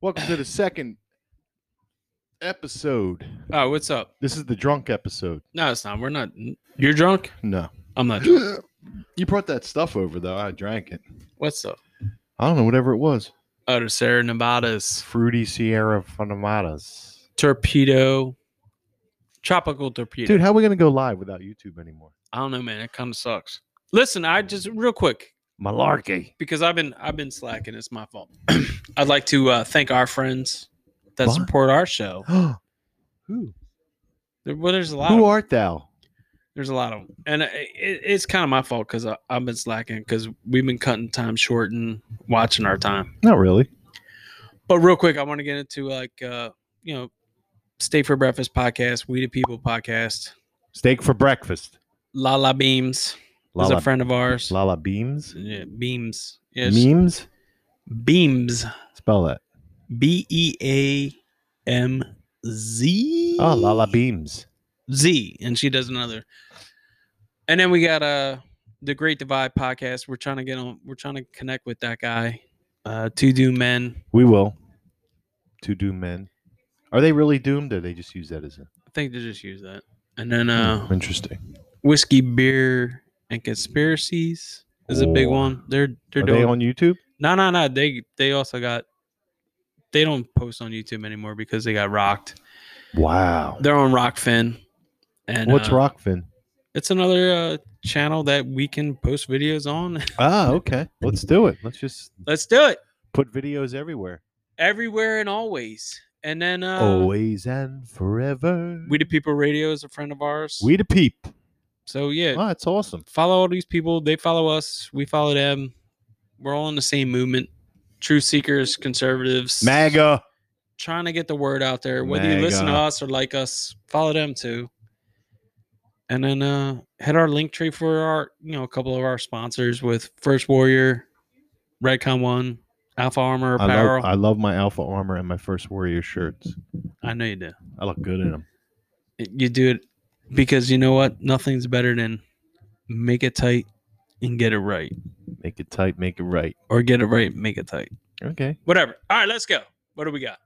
Welcome to the second episode. Oh, what's up? This is the drunk episode. No, it's not. We're not. You're drunk. No. I'm not. Drunk. you brought that stuff over though. I drank it. What's up? I don't know, whatever it was. Oh, the Sierra Nevadas, Fruity Sierra Funamadas. torpedo, tropical torpedo. Dude, how are we gonna go live without YouTube anymore? I don't know, man. It kind of sucks. Listen, I just real quick Malarkey. because I've been I've been slacking. It's my fault. I'd like to uh, thank our friends that What? support our show. Who? There, well, there's a lot. Who of, art thou? there's a lot of, 'em. and it, it- it's kind of my fault because I've been slacking because we've been cutting time short and watching our time. Not really. But real quick, I want to get into like uh, you know, Stay for Breakfast podcast, We the People podcast, Steak for breakfast. La La Beams is a Lala, friend of ours. Lala beams. yeah, Beams. Yes. Memes. Beams. Spell that. B E A M Z. Oh, Lala beams. Z. And she does another. And then we got uh the Great Divide podcast. We're trying to get on we're trying to connect with that guy. Uh two do men. We will. To doom men. Are they really doomed? Or they just use that as a I think they just use that. And then uh Hmm, interesting. whiskey, beer, and conspiracies is a big Oh. one. They're they're Are doing they on YouTube? no no no. They they also got they don't post on YouTube anymore because they got rocked. Wow. They're on Rockfin. And What's uh, Rockfin? It's another uh, channel that we can post videos on. Ah, okay. Let's do it. Let's just Let's do it put videos everywhere. everywhere and always. And then uh, Always and forever. we the people radio is a friend of ours. we the peep. so yeah, Oh, that's awesome. follow all these people. They follow us. We follow them. We're all in the same movement. Truth seekers, conservatives, MAGA. trying to get the word out there. Whether you listen to Mega. us or like us, follow them too. And then uh hit our link tree for our, you know, a couple of our sponsors with First Warrior, Redcon One, Alpha Armor I love, Apparel. I, I love my alpha armor and my first warrior shirts. know you do. I look good in them. Y- You do it because you know what? Nothing's better than make it tight and get it right. Make it tight, make it right. Or get it right, make it tight. Okay. Whatever. All right, let's go. What do we got?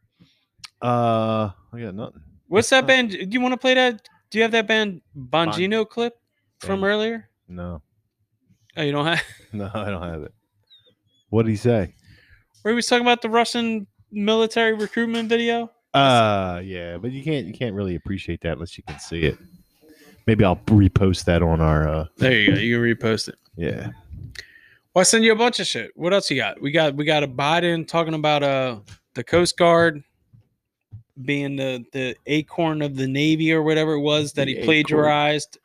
Uh, I got nothing. What's that Uh, band? Do you want to play that? Do you have that band Bongino clip from Bong- earlier? No, Oh, you don't have. no, I don't have it. What did he say? Where he was talking about the Russian military recruitment video. Uh, yeah, but you can't you can't really appreciate that unless you can see it. Maybe I'll repost that on our. uh There you go. You can repost it. Yeah, Well, I send you a bunch of shit. What else you got? We got we got a Biden talking about uh the Coast Guard being the the acorn of the Navy or whatever it was that The he acorn. plagiarized.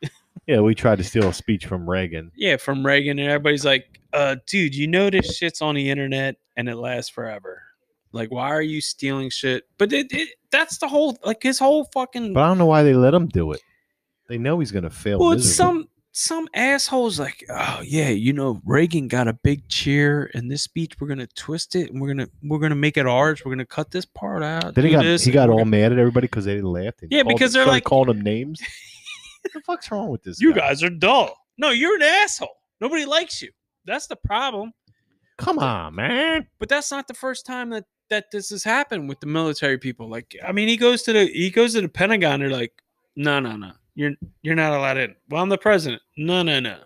yeah. We tried to steal a speech from Reagan. Yeah, from Reagan and everybody's like, uh, dude, you know this shit's on the internet and it lasts forever. Like, why are you stealing shit? But it, it that's the whole like his whole fucking But I don't know why they let him do it. They know he's gonna fail. Well, it's miserably. some some assholes like, oh yeah, you know, Reagan got a big cheer, and this speech we're gonna twist it, and we're gonna we're gonna make it ours. We're gonna cut this part out. Then he do got this, he and got we're all gonna- mad at everybody because they didn't laugh. and Yeah, called because him- they're started like- calling him names. what the fuck's wrong with this? You guy? guys are dull. No, you're an asshole. Nobody likes you. That's the problem. come on, man. But that's not the first time that that this has happened with the military people. Like, I mean, he goes to the he goes to the Pentagon. They're like, no, no, no, you're you're not allowed in. Well, I'm the president. No, no, no,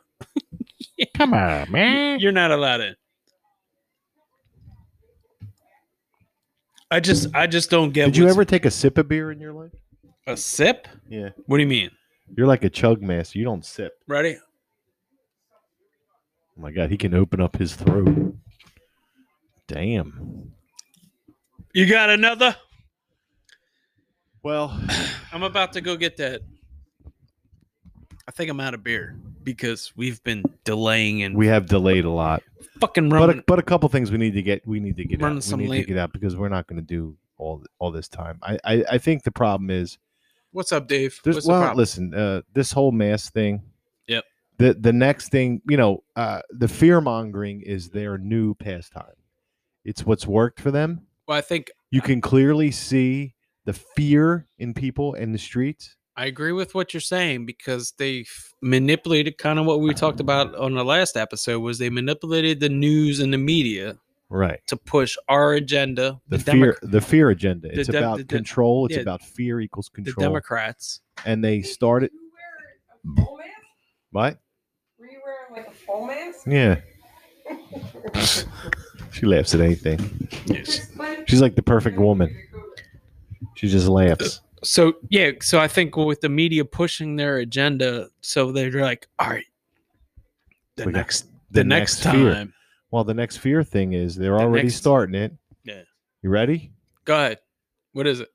Come on, man. you're not allowed in. I just, I just don't get. Did you what's- ever take a sip of beer in your life? a sip? Yeah. What do you mean? You're like a chug master. You don't sip. Ready? Oh my god, he can open up his throat. Damn. You got another? Well, I'm about to go get that. I think I'm out of beer because we've been delaying and we have delayed a lot, fucking but running. a, but a couple things we need to get we need to get Running out. some we need late- to get out because we're not going to do all all this time. I, I I think the problem is What's up, Dave? There's, What's well, the problem? listen, uh, this whole mass thing. Yep. The the next thing, you know, uh, the fear mongering is their new pastime. It's what's worked for them. Well, I think You can clearly see the fear in people in the streets. I agree with what you're saying because they f- manipulated kind of what we talked about on the last episode was they manipulated the news and the media Right. to push our agenda. The, Demo- fear, the fear agenda. the It's Dem- about the Dem- control. It's yeah, about fear equals the control. Democrats. and they started. Did you wear a full mask? What? Were you wearing like a full mask? Yeah. she laughs at anything. Explain- She's like the perfect woman. She just laughs. So yeah, so I think with the media pushing their agenda, so they're like, all right, the We got next the, next, time. fear. Well, the next fear thing is they're The already next- starting it. Yeah. You ready? Go ahead. What is it?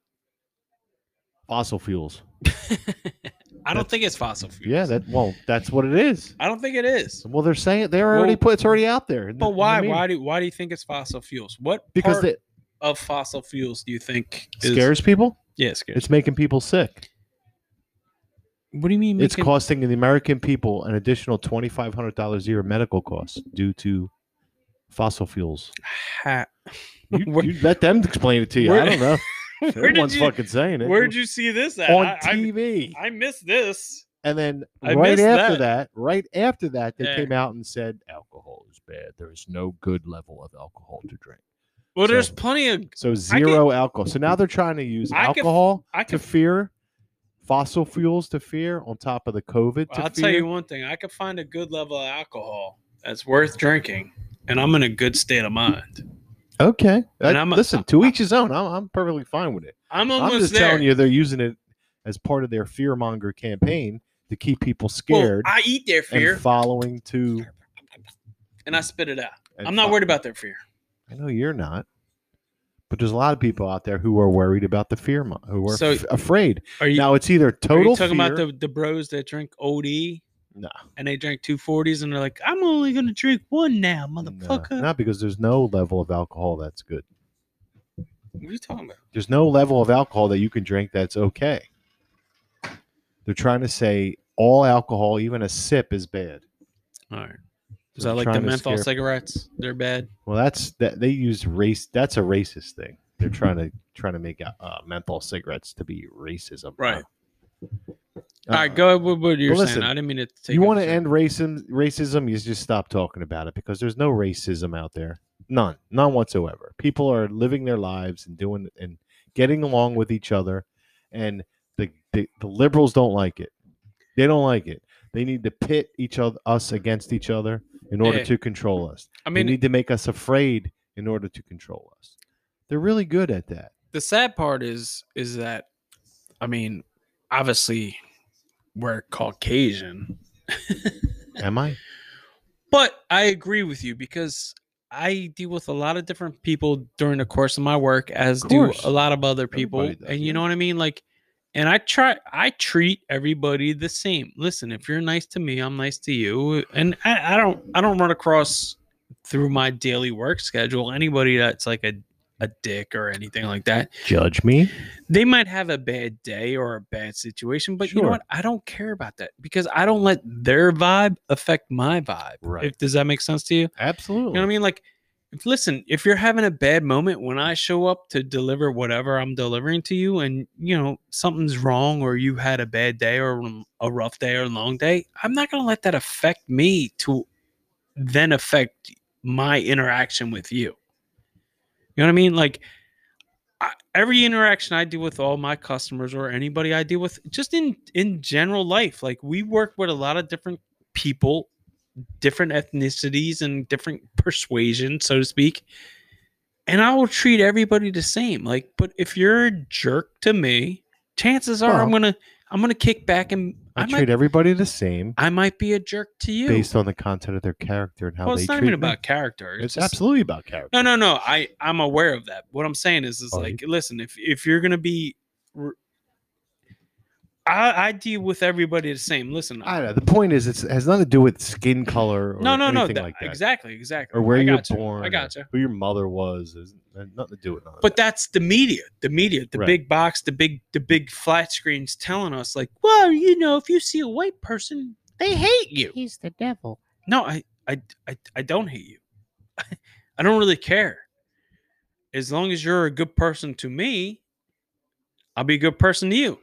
Fossil fuels. I don't That's- think it's fossil fuels. Yeah, that well, that's what it is. I don't think it is. Well, they're saying they're already Well- put it's already out there. in the- But in the why? media. Why do why do you think it's fossil fuels? What Because part it of fossil fuels do you think is, scares people. Yeah, scares. It's making people sick. what do you mean? It's making- costing the American people an additional twenty five hundred dollars a year in medical costs due to fossil fuels. Ha- You, Where- you let them explain it to you. where- I don't know. where did Everyone's you, fucking saying it. Where'd you see this at? on I, I- TV? I missed this. And then I right missed after that. right after that, they Yeah. came out and said alcohol is bad. There is no good level of alcohol to drink. Well, there's So- plenty of So zero alcohol. So now they're trying to use I could- alcohol I to could. fear, fossil fuels to fear, on top of the COVID. To I'll fear. tell you one thing. I could find a good level of alcohol that's worth drinking, and I'm in a good state of mind. Okay. That- I'm a- listen, to each his own. I'm, I'm perfectly fine with it. I'm almost I'm just there. telling you, they're using it as part of their fear monger campaign to keep people Well, scared I eat their fear and and, following to. I spit it out. and I'm not fo- worried about their fear. I know you're not, but there's a lot of people out there who are worried about the fear, mon- who are So- f- afraid. Are you, Now it's either total are you talking fear. about the, the bros that drink OD? No. And they drink 240s and they're like, I'm only going to drink one now, No, motherfucker. not because there's no level of alcohol that's good. What are you talking about? There's no level of alcohol that you can drink that's okay. They're trying to say all alcohol, even a sip, is bad. All right. Is They're that like the trying to menthol scare- cigarettes? They're bad. Well, that's that they use race. That's a racist thing. They're trying to trying to make uh, menthol cigates to be racism. Right. Uh, All right, go ahead with what you're well, saying. listen, I didn't mean to take you up want to your- end racism? Racism? You just stop talking about it because there's no racism out there. None, none whatsoever. People are living their lives and doing and getting along with each other, and the the, the liberals don't like it. They don't like it. They need to pit each other us against each other in order Yeah. to control us. I they mean, need to make us afraid in order to control us. They're really good at that. the sad part is is that I mean, obviously we're Caucasian. Am I? But I agree with you because I deal with a lot of different people during the course of my work, as Of do course. a lot of other people. Everybody does, and you yeah. know what I mean? Like, and I try, I treat everybody the same. Listen, if you're nice to me, I'm nice to you. And I, I don't, I don't run across through my daily work schedule anybody that's like a, a dick or anything like that. Judge me? They might have a bad day or a bad situation, but you know Sure. what? I don't care about that because I don't let their vibe affect my vibe. Right. If, does that make sense to you? Absolutely. You know what I mean? Like, if, listen, if you're having a bad moment when I show up to deliver whatever I'm delivering to you, and you know something's wrong, or you had a bad day, or um, a rough day, or a long day, I'm not gonna let that affect me to then affect my interaction with you. You know what I mean? Like. I- Every interaction I do with all my customers or anybody I deal with, just in in general life, like we work with a lot of different people different ethnicities and different persuasions, so to speak. And I will treat everybody the same. Like, but if you're a jerk to me, chances are I'm Well- gonna I'm gonna kick back and I, I, might treat everybody the same I might be a jerk to you. based on the content of their character and how well, they it's not treat even me. about character. It's, just- absolutely about character. no, no, no. I I'm aware of that. What I'm saying is, is Are like, listen, if if you're gonna be, r- I I deal with everybody the same. Listen, I don't know. The point is, it's, it has nothing to do with skin color or no, no, no. anything that- like that. Exactly, exactly. Or where I you're gotcha, born. I or gotcha. Who your mother was. There's nothing to do with none of but that. that's the media the media the Right. big box the big the big flat screens telling us like well you know if you see a white person they hate you He's the devil. no i i i, I don't hate you i don't really care as long as you're a good person to me i'll be a good person to you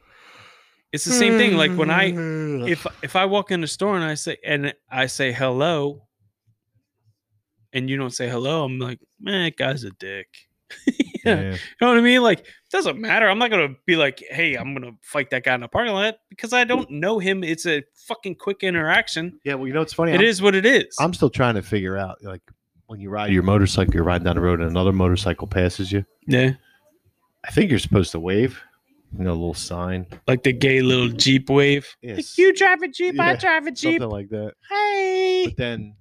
it's the same thing like when i Hmm. if if I walk in the store and I say and I say hello, and you don't say hello, I'm like, man, that guy's a dick. yeah. You know what I mean? Like, it doesn't matter. I'm not gonna be like, hey, I'm gonna fight that guy in the parking lot because I don't know him. It's a fucking quick interaction. Yeah, well, you know it's funny. It is what it is. I'm still trying to figure out like when you ride your motorcycle, you're riding down the road and another motorcycle passes you. yeah. I think you're supposed to wave, you know, a little sign, Like the gay little Jeep wave. Like, Yes. you drive a Jeep, I Yeah, drive a Jeep. something like that. hey. But then,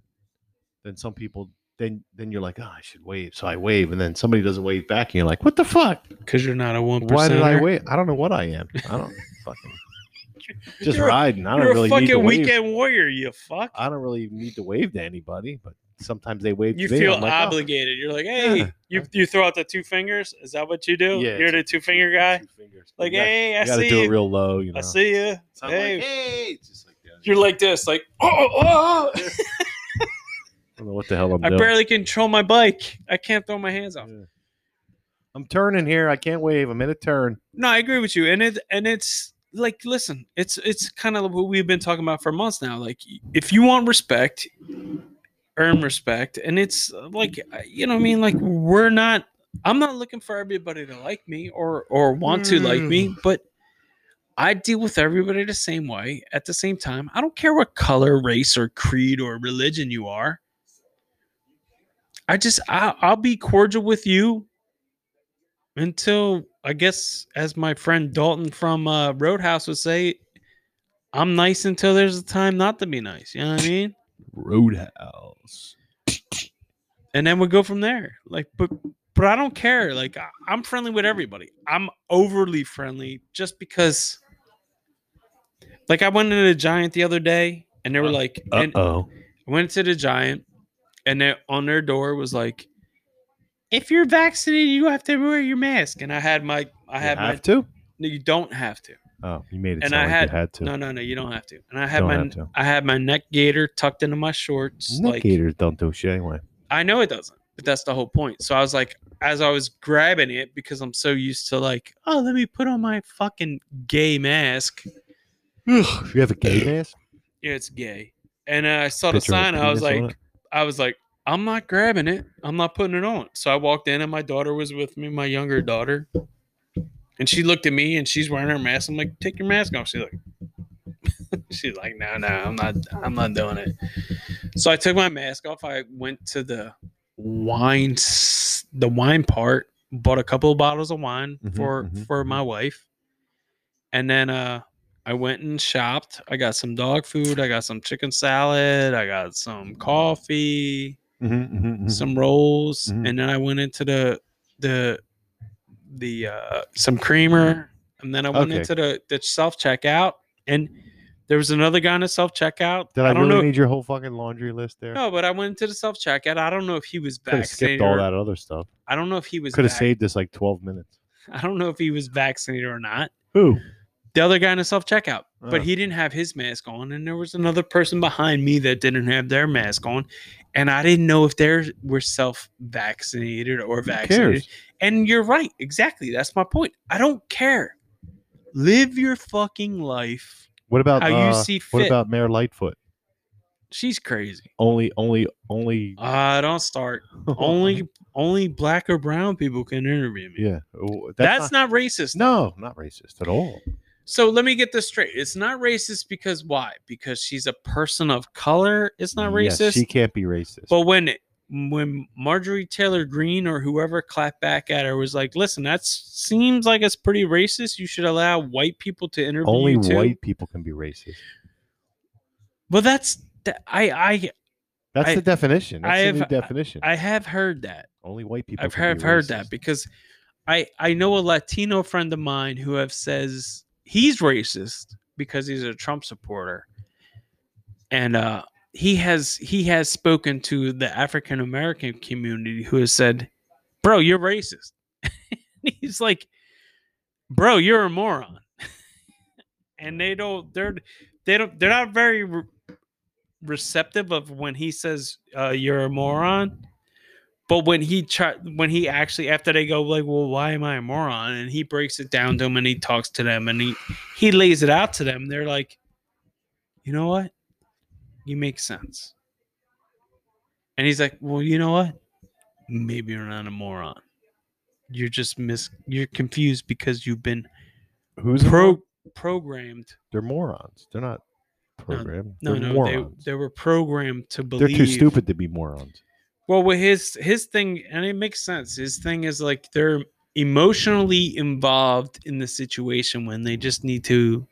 then some people, then then you're like, oh, I should wave, so I wave, and then somebody doesn't wave back, and you're like, what the fuck? Because you're not a one Why did I wave? I don't know what I am. I don't fucking just You're a- riding. I don't You're a really need to fucking wave. weekend warrior, you fuck. I don't really need to wave to anybody, but sometimes they wave. you to me, feel I'm like, oh, obligated. You're like, hey, Yeah. you you throw out the two fingers. Is that what you do? Yeah, You're it's the two finger guy. two fingers. Like, you gotta, hey, I you gotta see do it you. real low. You know, I see you. So I'm like, hey. hey, it's just like that. You're like this, like, oh, oh, oh. I don't know what the hell I'm I doing. barely control my bike. I can't throw my hands off. Yeah. I'm turning here. I can't wave. I'm in a turn. No, I agree with you, and it and it's like, listen, it's it's kind of what we've been talking about for months now. Like, if you want respect, earn respect, and it's uh, like, uh, you know, what I mean, like, we're not. I'm not looking for everybody to like me or or want to like me, but I deal with everybody the same way. At the same time, I don't care what color, race, or creed or religion you are. I just I, I'll be cordial with you until I guess, as my friend Dalton from uh, Roadhouse would say, I'm nice until there's a time not to be nice. You know what I mean? Roadhouse. and then we go from there. Like, but but I don't care. Like, I, I'm friendly with everybody. I'm overly friendly just because. Like, I went into the Giant the other day, and they were like, Uh and oh. I went to the Giant, and they, on their door was like, if you're vaccinated, you have to wear your mask. And I had my, I had my, have to. no, you don't have to. Oh, you made it. And sound I like had- you had to. No, no, no, you don't have to. And I had Don't my have to. I had my neck gaiter tucked into my shorts. Neck like gaiters don't do shit anyway. I know it doesn't, but that's the whole point. So I was like, as I was grabbing it, because I'm so used to like, oh, let me put on my fucking gay mask. If you have a gay mask, Yeah, it's gay. And uh, I saw the picture of a sign. I was penis on like, I was like, I'm not grabbing it. I'm not putting it on. So I walked in, and my daughter was with me, my younger daughter, and she looked at me, and she's wearing her mask. I'm like, take your mask off. She's like, she's like, no, no, I'm not, I'm not doing it. So I took my mask off. I went to the wine, s- the wine part, bought a couple of bottles of wine Mhm, for mhm, for my wife, and then uh. I went and shopped. I got some dog food. I got some chicken salad. I got some coffee, Mhm, mhm, mhm. some rolls, Mhm. and then I went into the the the uh, some creamer, and then I went Okay. into the the self checkout, and there was another guy in the self checkout. Did I, don't really know. need your whole fucking laundry list there? no, but I went into the self checkout. I don't know if he was Could have skipped vaccinated. all or- that other stuff. I don't know if he was. Could have vac- saved us like 12 minutes. I don't know if he was vaccinated or not. Who? the other guy in the self checkout, Uh. but he didn't have his mask on, and there was another person behind me that didn't have their mask on, and I didn't know if they were self vaccinated or vaccinated. cares? And you're right, exactly. That's my point. I don't care. Live your fucking life What about how uh, you see fit. what about Mayor Lightfoot? She's crazy. Only, only, only. Uh, don't start. only, only black or brown people can interview me. Yeah. Oh, That's, not, racist. No, not racist at all. So let me get this straight. It's not racist because why? Because she's a person of color. It's not Yes, racist. she can't be racist. But when when Marjorie Taylor Greene or whoever clapped back at her was like, "Listen, that seems like it's pretty racist. You should allow white people to interview only you too." white people can be racist. Well, that's th- I I That's I- the definition. That's I the new have- definition. I have heard that. only white people. I've can be heard, heard racist. that because I I know a Latino friend of mine who have says he's racist because he's a Trump supporter, and uh, he has he has spoken to the African American community who has said, "Bro, you're racist." he's like, "Bro, you're a moron," and they don't they're they don't they're not very re- receptive of when he says uh, you're a moron. But when he try, when he actually after they go like, well, why am I a moron? And he breaks it down to them and he talks to them and he he lays it out to them. They're like, you know what? You make sense. And he's like, well, you know what? Maybe you're not a moron. You're just mis. You're confused because you've been Who's a moron? pro programmed. They're morons. They're not programmed. No, they're no, morons. They, they they were programmed to are believe. too stupid to be morons. Well, with his his thing, and it makes sense. His thing is like they're emotionally involved in the situation when they just need to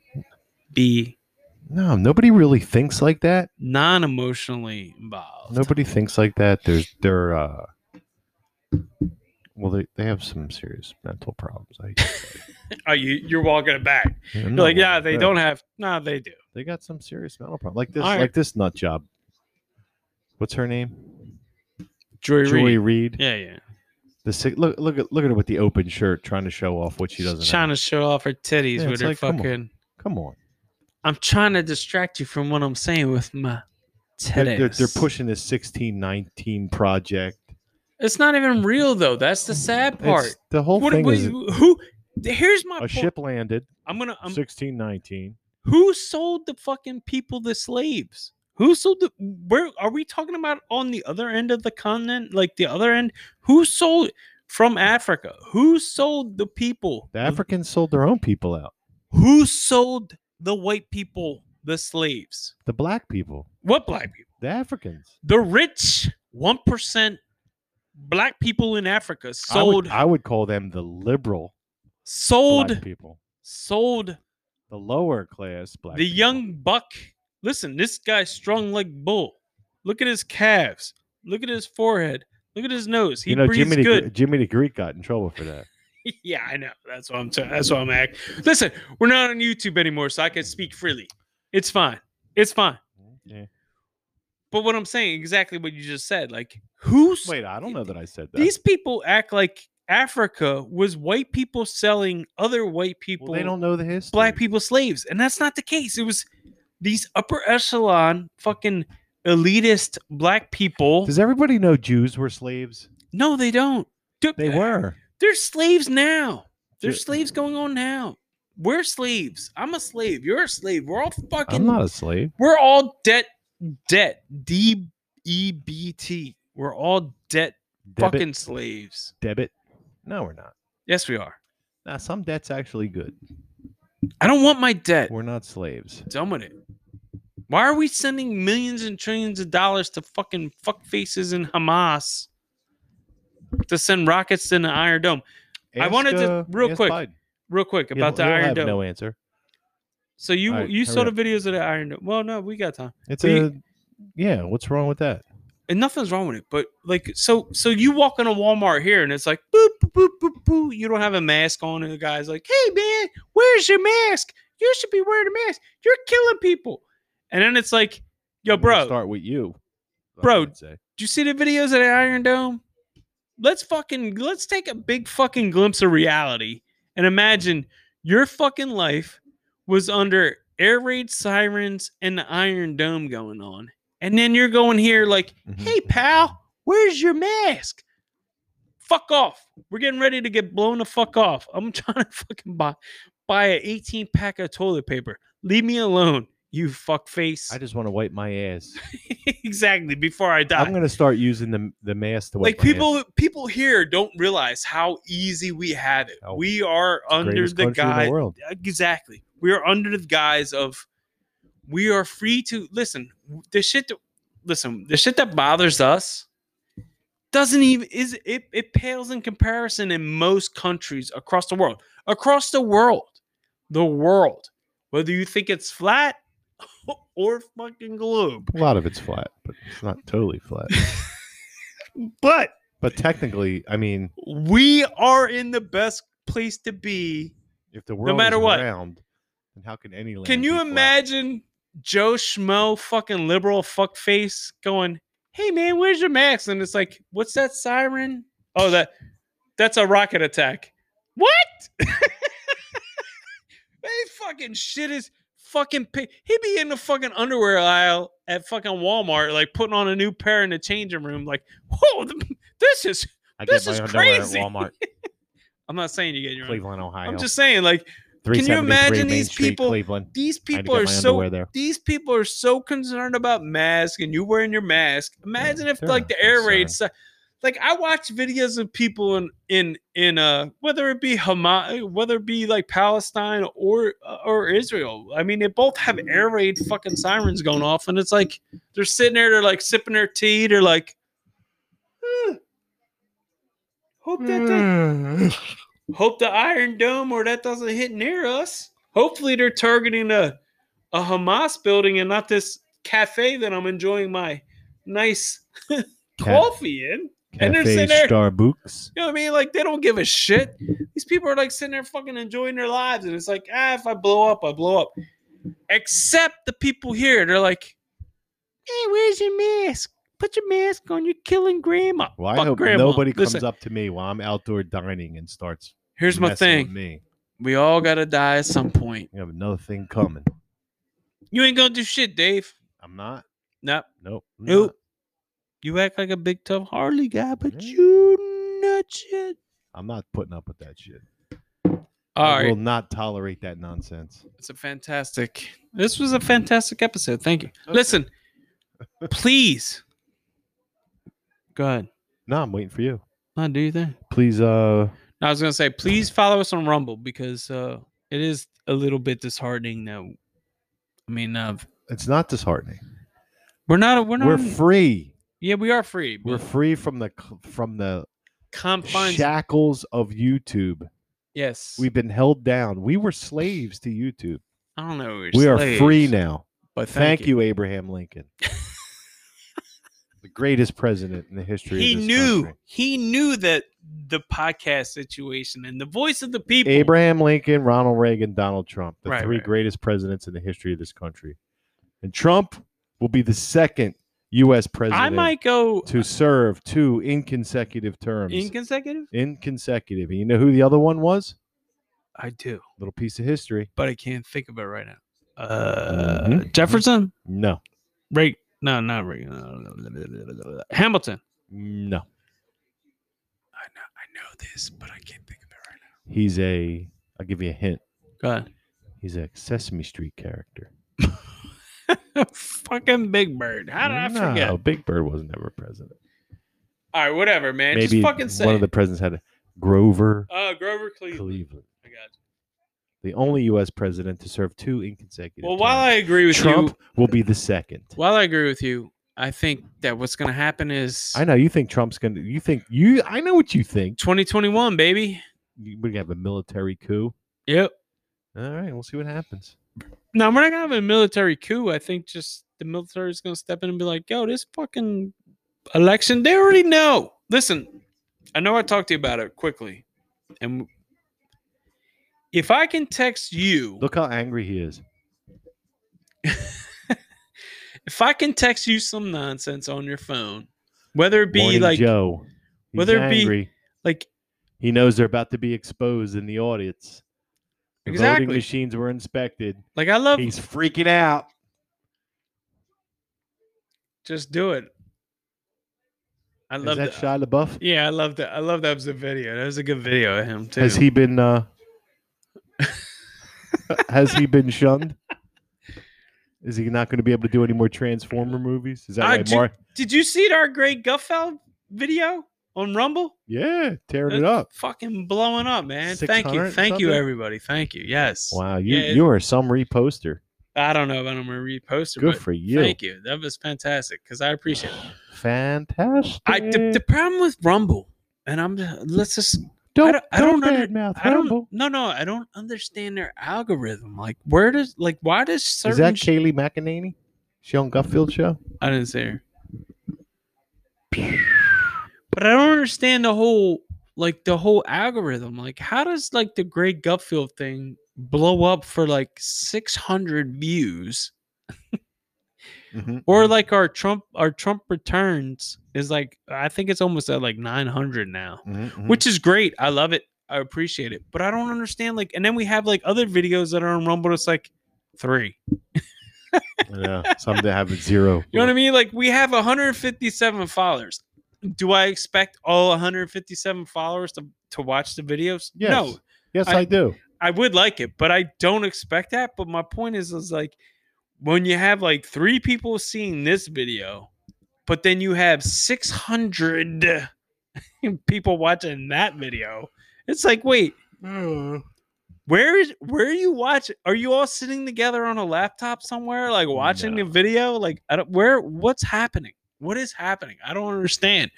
be No, nobody really thinks like that. non-emotionally involved. Nobody thinks like that. There's they're uh well they, they have some serious mental problems. I Oh, you you're walking it back. You're You're like, yeah, they don't have. Nah, they do. They got some serious mental problems. Like this All right. like this nut job. What's her name? Joy, Joy Reid. Reid. Yeah, yeah. The sick look look at look at her with the open shirt trying to show off what she doesn't trying have. to show off her titties Yeah, with it's her like, come on. fucking. Come on. I'm trying to distract you from what I'm saying with my They're, titties. they're- they're pushing this 1619 project. It's not even real though. That's the sad part. It's, the whole What, thing what- is who? Here's my a point. ship landed I'm gonna. I'm, 1619. who sold the fucking people the slaves? Who sold the? Where are we talking about? On the other end of the continent, like the other end, who sold from Africa? Who sold the people? The Africans sold their own people out. Who sold the white people the slaves? The black people. What black people? The Africans. The rich one percent black people in Africa I would- sold I would call them the liberal sold black people, sold the lower class black. the people. young buck. Listen, this guy's strong like bull. Look at his calves. Look at his forehead. Look at his nose. He you know, breathes Jimmy the, Gre- good. Jimmy the Greek got in trouble for that. yeah, I know. That's what I'm. T- that's what I'm acting. Listen, we're not on YouTube anymore, so I can speak freely. It's fine. It's fine. Yeah. But what I'm saying, exactly what you just said. Like, who's Wait, I don't know that I said that. these people? Act like Africa was white people selling other white people. Well, they don't know the history. black people slaves. And that's not the case. It was these upper echelon fucking elitist black people. Does everybody know Jews were slaves? No, they don't. Dude, They were. They're slaves now. There's Ju- slaves going on now. We're slaves. I'm a slave. You're a slave. We're all fucking I'm not a slave. we're all debt debt. D E B T. We're all debt Debit, fucking slaves. debit. No, we're not. Yes, we are. Now, some debt's actually good. I don't want my debt. We're not slaves. done with it. Why are we sending millions and trillions of dollars to fucking fuck faces in Hamas to send rockets to the Iron Dome? I wanted to- real ask quick, Biden. Real quick He'll- about the he'll Iron have Dome. No answer. so you All right, you hurry saw the videos of the Iron Dome. Well, no, we got time, It's We- a yeah. What's wrong with that? and nothing's wrong with it. But like, so so you walk into Walmart here, and it's like boop boop boop boop. boop. You don't have a mask on, and the guy's like, "Hey man, where's your mask? You should be wearing a mask. You're killing people." And then it's like, "Yo, I'm gonna bro, Start with you, I Bro, would say. Did you see the videos of the Iron Dome? Let's fucking let's take a big fucking glimpse of reality and imagine your fucking life was under air raid sirens and the Iron Dome going on. And then you're going here like, Mhm. hey pal, where's your mask? Fuck off. We're getting ready to get blown the fuck off. I'm trying to fucking buy buy an 18 pack of toilet paper. Leave me alone, you fuck face. I just want to wipe my ass. exactly. Before I die. I'm gonna start using the the mask to wipe like my ass. people people here don't realize how easy we have it. Oh, we are under Greatest the country in guise world. exactly. We are under the guise of we are free to listen. The shit that listen, the shit that bothers us doesn't even is it it pales in comparison in most countries across the world. Across the world. The world. Whether you think it's flat or fucking globe. A lot of it's flat, but it's not totally flat. But but technically, I mean, we are in the best place to be. if the world matter is what. round, then how can any land? Can be you flat? imagine Joe Schmo, fucking liberal fuckface, going, "Hey man, where's your max?" And it's like, "What's that siren? Oh, that that's a rocket attack." What? they fucking shit is fucking. Pay- He'd be in the fucking underwear aisle at fucking Walmart, like putting on a new pair in the changing room. Like, whoa, th- this is. I This get my is underwear crazy. at Walmart, I'm not saying you get your. own- Cleveland, Ohio. I'm just saying, like, you 373 imagine Main these Street, people- Cleveland. These I had to people get are my so underwear there. these people are so concerned about mask and you wearing your mask. Imagine if they're like not the air raid stuff. Like I watch videos of people in in in uh whether it be Hamas, whether it be like Palestine or uh, or Israel. I mean, they both have air raid fucking sirens going off, and it's like they're sitting there, they're like sipping their tea, they're like, "Huh. hope that the- Mm. hope the Iron Dome or that doesn't hit near us. Hopefully, they're targeting a a Hamas building and not this cafe that I'm enjoying my nice coffee in. and they're Cafe sitting there- Starbucks. You know what I mean? Like they don't give a shit. These people are like sitting there fucking enjoying their lives, and it's like, ah, if I blow up, I blow up. Except the people here, they're like, hey, where's your mask? Put your mask on. You're killing grandma. Well, I Fuck hope grandma. nobody comes Listen, up to me while I'm outdoor dining and starts. Here's my messing with thing. Me, We all gotta die at some point. you have another thing coming. You ain't gonna do shit, Dave. I'm not. Nope. Nope. I'm Nope. not. You act like a big tough Harley guy, but Yeah. you not shit. I'm not putting up with that shit. All I will right, not tolerate that nonsense. it's a fantastic. This was a fantastic episode. Thank you. Listen, please. Go ahead. No, I'm waiting for you. No, do your thing. Please, uh, No, I was gonna say, please follow us on Rumble because uh, it is a little bit disheartening. Though, I mean, uh, it's not disheartening. we're not. We're We're, not. free. yeah, we are free. We're We're free from the c- from the confines. shackles of YouTube. yes, we. We've been held down. We were slaves to YouTube. I don't know. we are free now. But Thank, you. Abraham Lincoln, the greatest president in the history. he of this knew country. he knew that the podcast situation and the voice of the people Abraham Lincoln, Ronald Reagan, Donald Trump, the Right, three right. greatest presidents in the history of this country, and Trump will be the second U.S. president i might go to serve two in consecutive terms. in consecutive in consecutive. And you know who the other one was? i do Little piece of history. but i can't think of it right now uh Mhm. jefferson No, right no not right uh, hamilton no. i know i know this but i can't think of it right now He's a. I'll give you a hint. go ahead He's a Sesame Street character. fucking big bird how did i forget No, all Big Bird was never president. right whatever man Maybe just fucking say one of the it. presidents had a Grover uh grover cleveland Cleveland, I got you. the only U.S. president to serve two in consecutive. well while terms. i agree with you Trump will be the second. While I agree with you, I think that what's going to happen is I know you think Trump's gonna. You think you? I know what you think. 2021, baby. You- We're gonna have a military coup. Yep. All right, we'll see what happens. No, we're not going to have a military coup. I think just the military is going to step in and be like, yo, this fucking election, they already know. Listen, I know I talked to you about it quickly. And if I can text you, Look how angry he is. if I can text you some nonsense on your phone, whether it be Morning like, Joe. He's whether it be- angry. like, he knows they're about to be exposed in the audience. The Exactly. Voting machines were inspected. like I love He's freaking out. just do it. I Is love that the- Shia LaBeouf? Yeah, I love that. I love that was a video. That was a good video of him too. Has he been? uh Has he been shunned? Is he not going to be able to do any more Transformer movies? Is that I right, do- Mark? Did you see our great Guffel video on Rumble? Yeah, tearing it That's up. Fucking blowing up, man. Thank 600 you. and Thank you, something? everybody. Thank you. Yes. Wow, you Yeah, it- you are some reposter. I don't know if I'm gonna repost it, Good but for you. thank you. That was fantastic because I appreciate it. Fantastic. I the, the problem with Rumble, and I'm let's just don't, don't- I don't under- badmouth I don't Rumble. no no I don't understand their algorithm. Like where does like why does certain Is that sh- Kaylee McEnany? She on Gutfield show? I didn't see her. But I don't understand the whole like the whole algorithm. Like, how does like the Greg Gutfield thing blow up for like six hundred views? Mm-hmm, Mm-hmm, Or like our Trump our Trump returns is like I think it's almost at like nine hundred now. mm-hmm. Hmm. Which is great. I love it. I appreciate it. But I don't understand like and then we have like other videos that are on Rumble, it's like three. yeah, some that have a zero. You know what I mean? Like we have 157 followers. Do I expect all 157 followers to, to watch the videos? Yes. No. Yes, I, I- do. I would like it, but I don't expect that. But my point is, is like when you have like three people seeing this video, but then you have 600 people watching that video, it's like, wait, where is where are you watching? Are you all sitting together on a laptop somewhere, like watching No. the video? Like, I don't, where? What's happening? What is happening? I don't understand.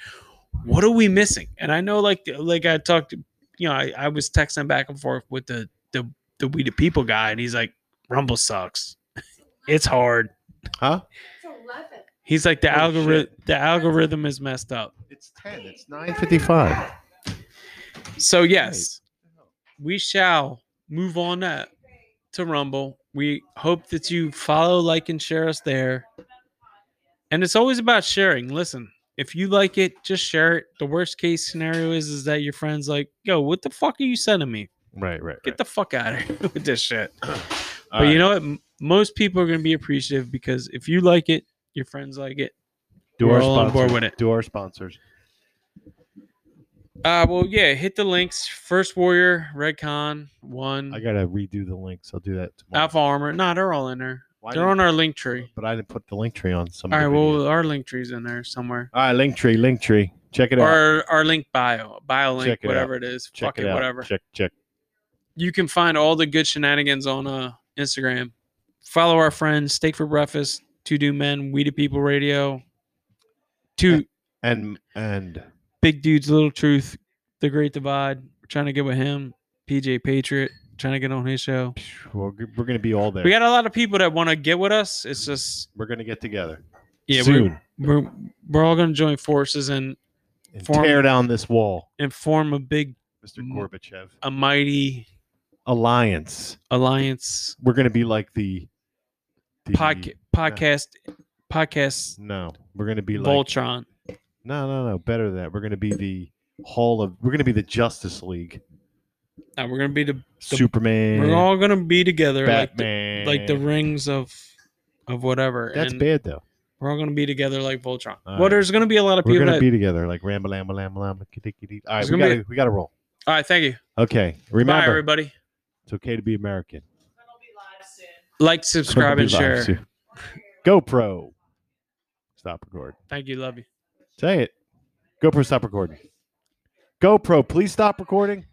What are we missing? And I know, like, like I talked, to- you know, I, I was texting back and forth with the the the we the people guy, and he's like, Rumble sucks. It's hard. Huh? It's 11. He's like the Holy algorithm. The algorithm is messed up. It's 10. It's 9.55. So yes, we shall move on that. to Rumble. We hope that you follow, like, and share us there. And it's always about sharing. Listen, if you like it, just share it. The worst case scenario is is that your friends like, yo, what the fuck are you sending me? Right, right, Get the fuck out of here with this shit. All but right. you know what? M- Most people are gonna be appreciative because if you like it, your friends like it. do we're our all on sponsors. board with it. Do our sponsors. Uh well, yeah, hit the links. First Warrior, Redcon, one, I gotta redo the links. I'll do that tomorrow. Alpha Armor. Nah, they're all in there. Why They're didn't- on our link tree. But I didn't put the link tree on. Some All of right, the videos. well, our link tree's in there somewhere. All right, link tree, link tree. Check it out. or our link bio, bio link, Check it out. whatever it is, Check fuck it it, out. whatever. Check, check. You can find all the good shenanigans on uh, Instagram. Follow our friends, Steak for Breakfast, Two Do Men, We the People Radio, Two And and Big Dudes, Little Truth, The Great Divide. We're trying to get with him, PJ Patriot, trying to get on his show. phew, we're, g- we're gonna be all there. We got a lot of people that want to get with us. It's just we're gonna get together yeah, we're, soon we're we're all going to join forces and and form- tear down this wall, and form a big, Mr. Mm. Gorbachev. a mighty Alliance. alliance We're gonna be like the, the podcast podcast podcast No, we're gonna be like Voltron. no, no, no. Better than that. We're gonna be the Hall of. We're gonna be the Justice League. Now we're gonna be the Superman. we're all gonna be together like the, Batman. like the rings of of whatever. That's and bad though. We're all gonna be together like Voltron. All well, right. there's gonna be a lot of We're people. gonna That, be together like Ramba Lamba Lamba Lamba. kitty, kitty. All right, It's we gonna gotta be- we gotta roll. all right, thank you. Okay, Bye, remember everybody. it's okay to be American. Like, subscribe, and share. GoPro. Stop record. Thank you. Love you. Say it. GoPro, stop recording. GoPro, please stop recording.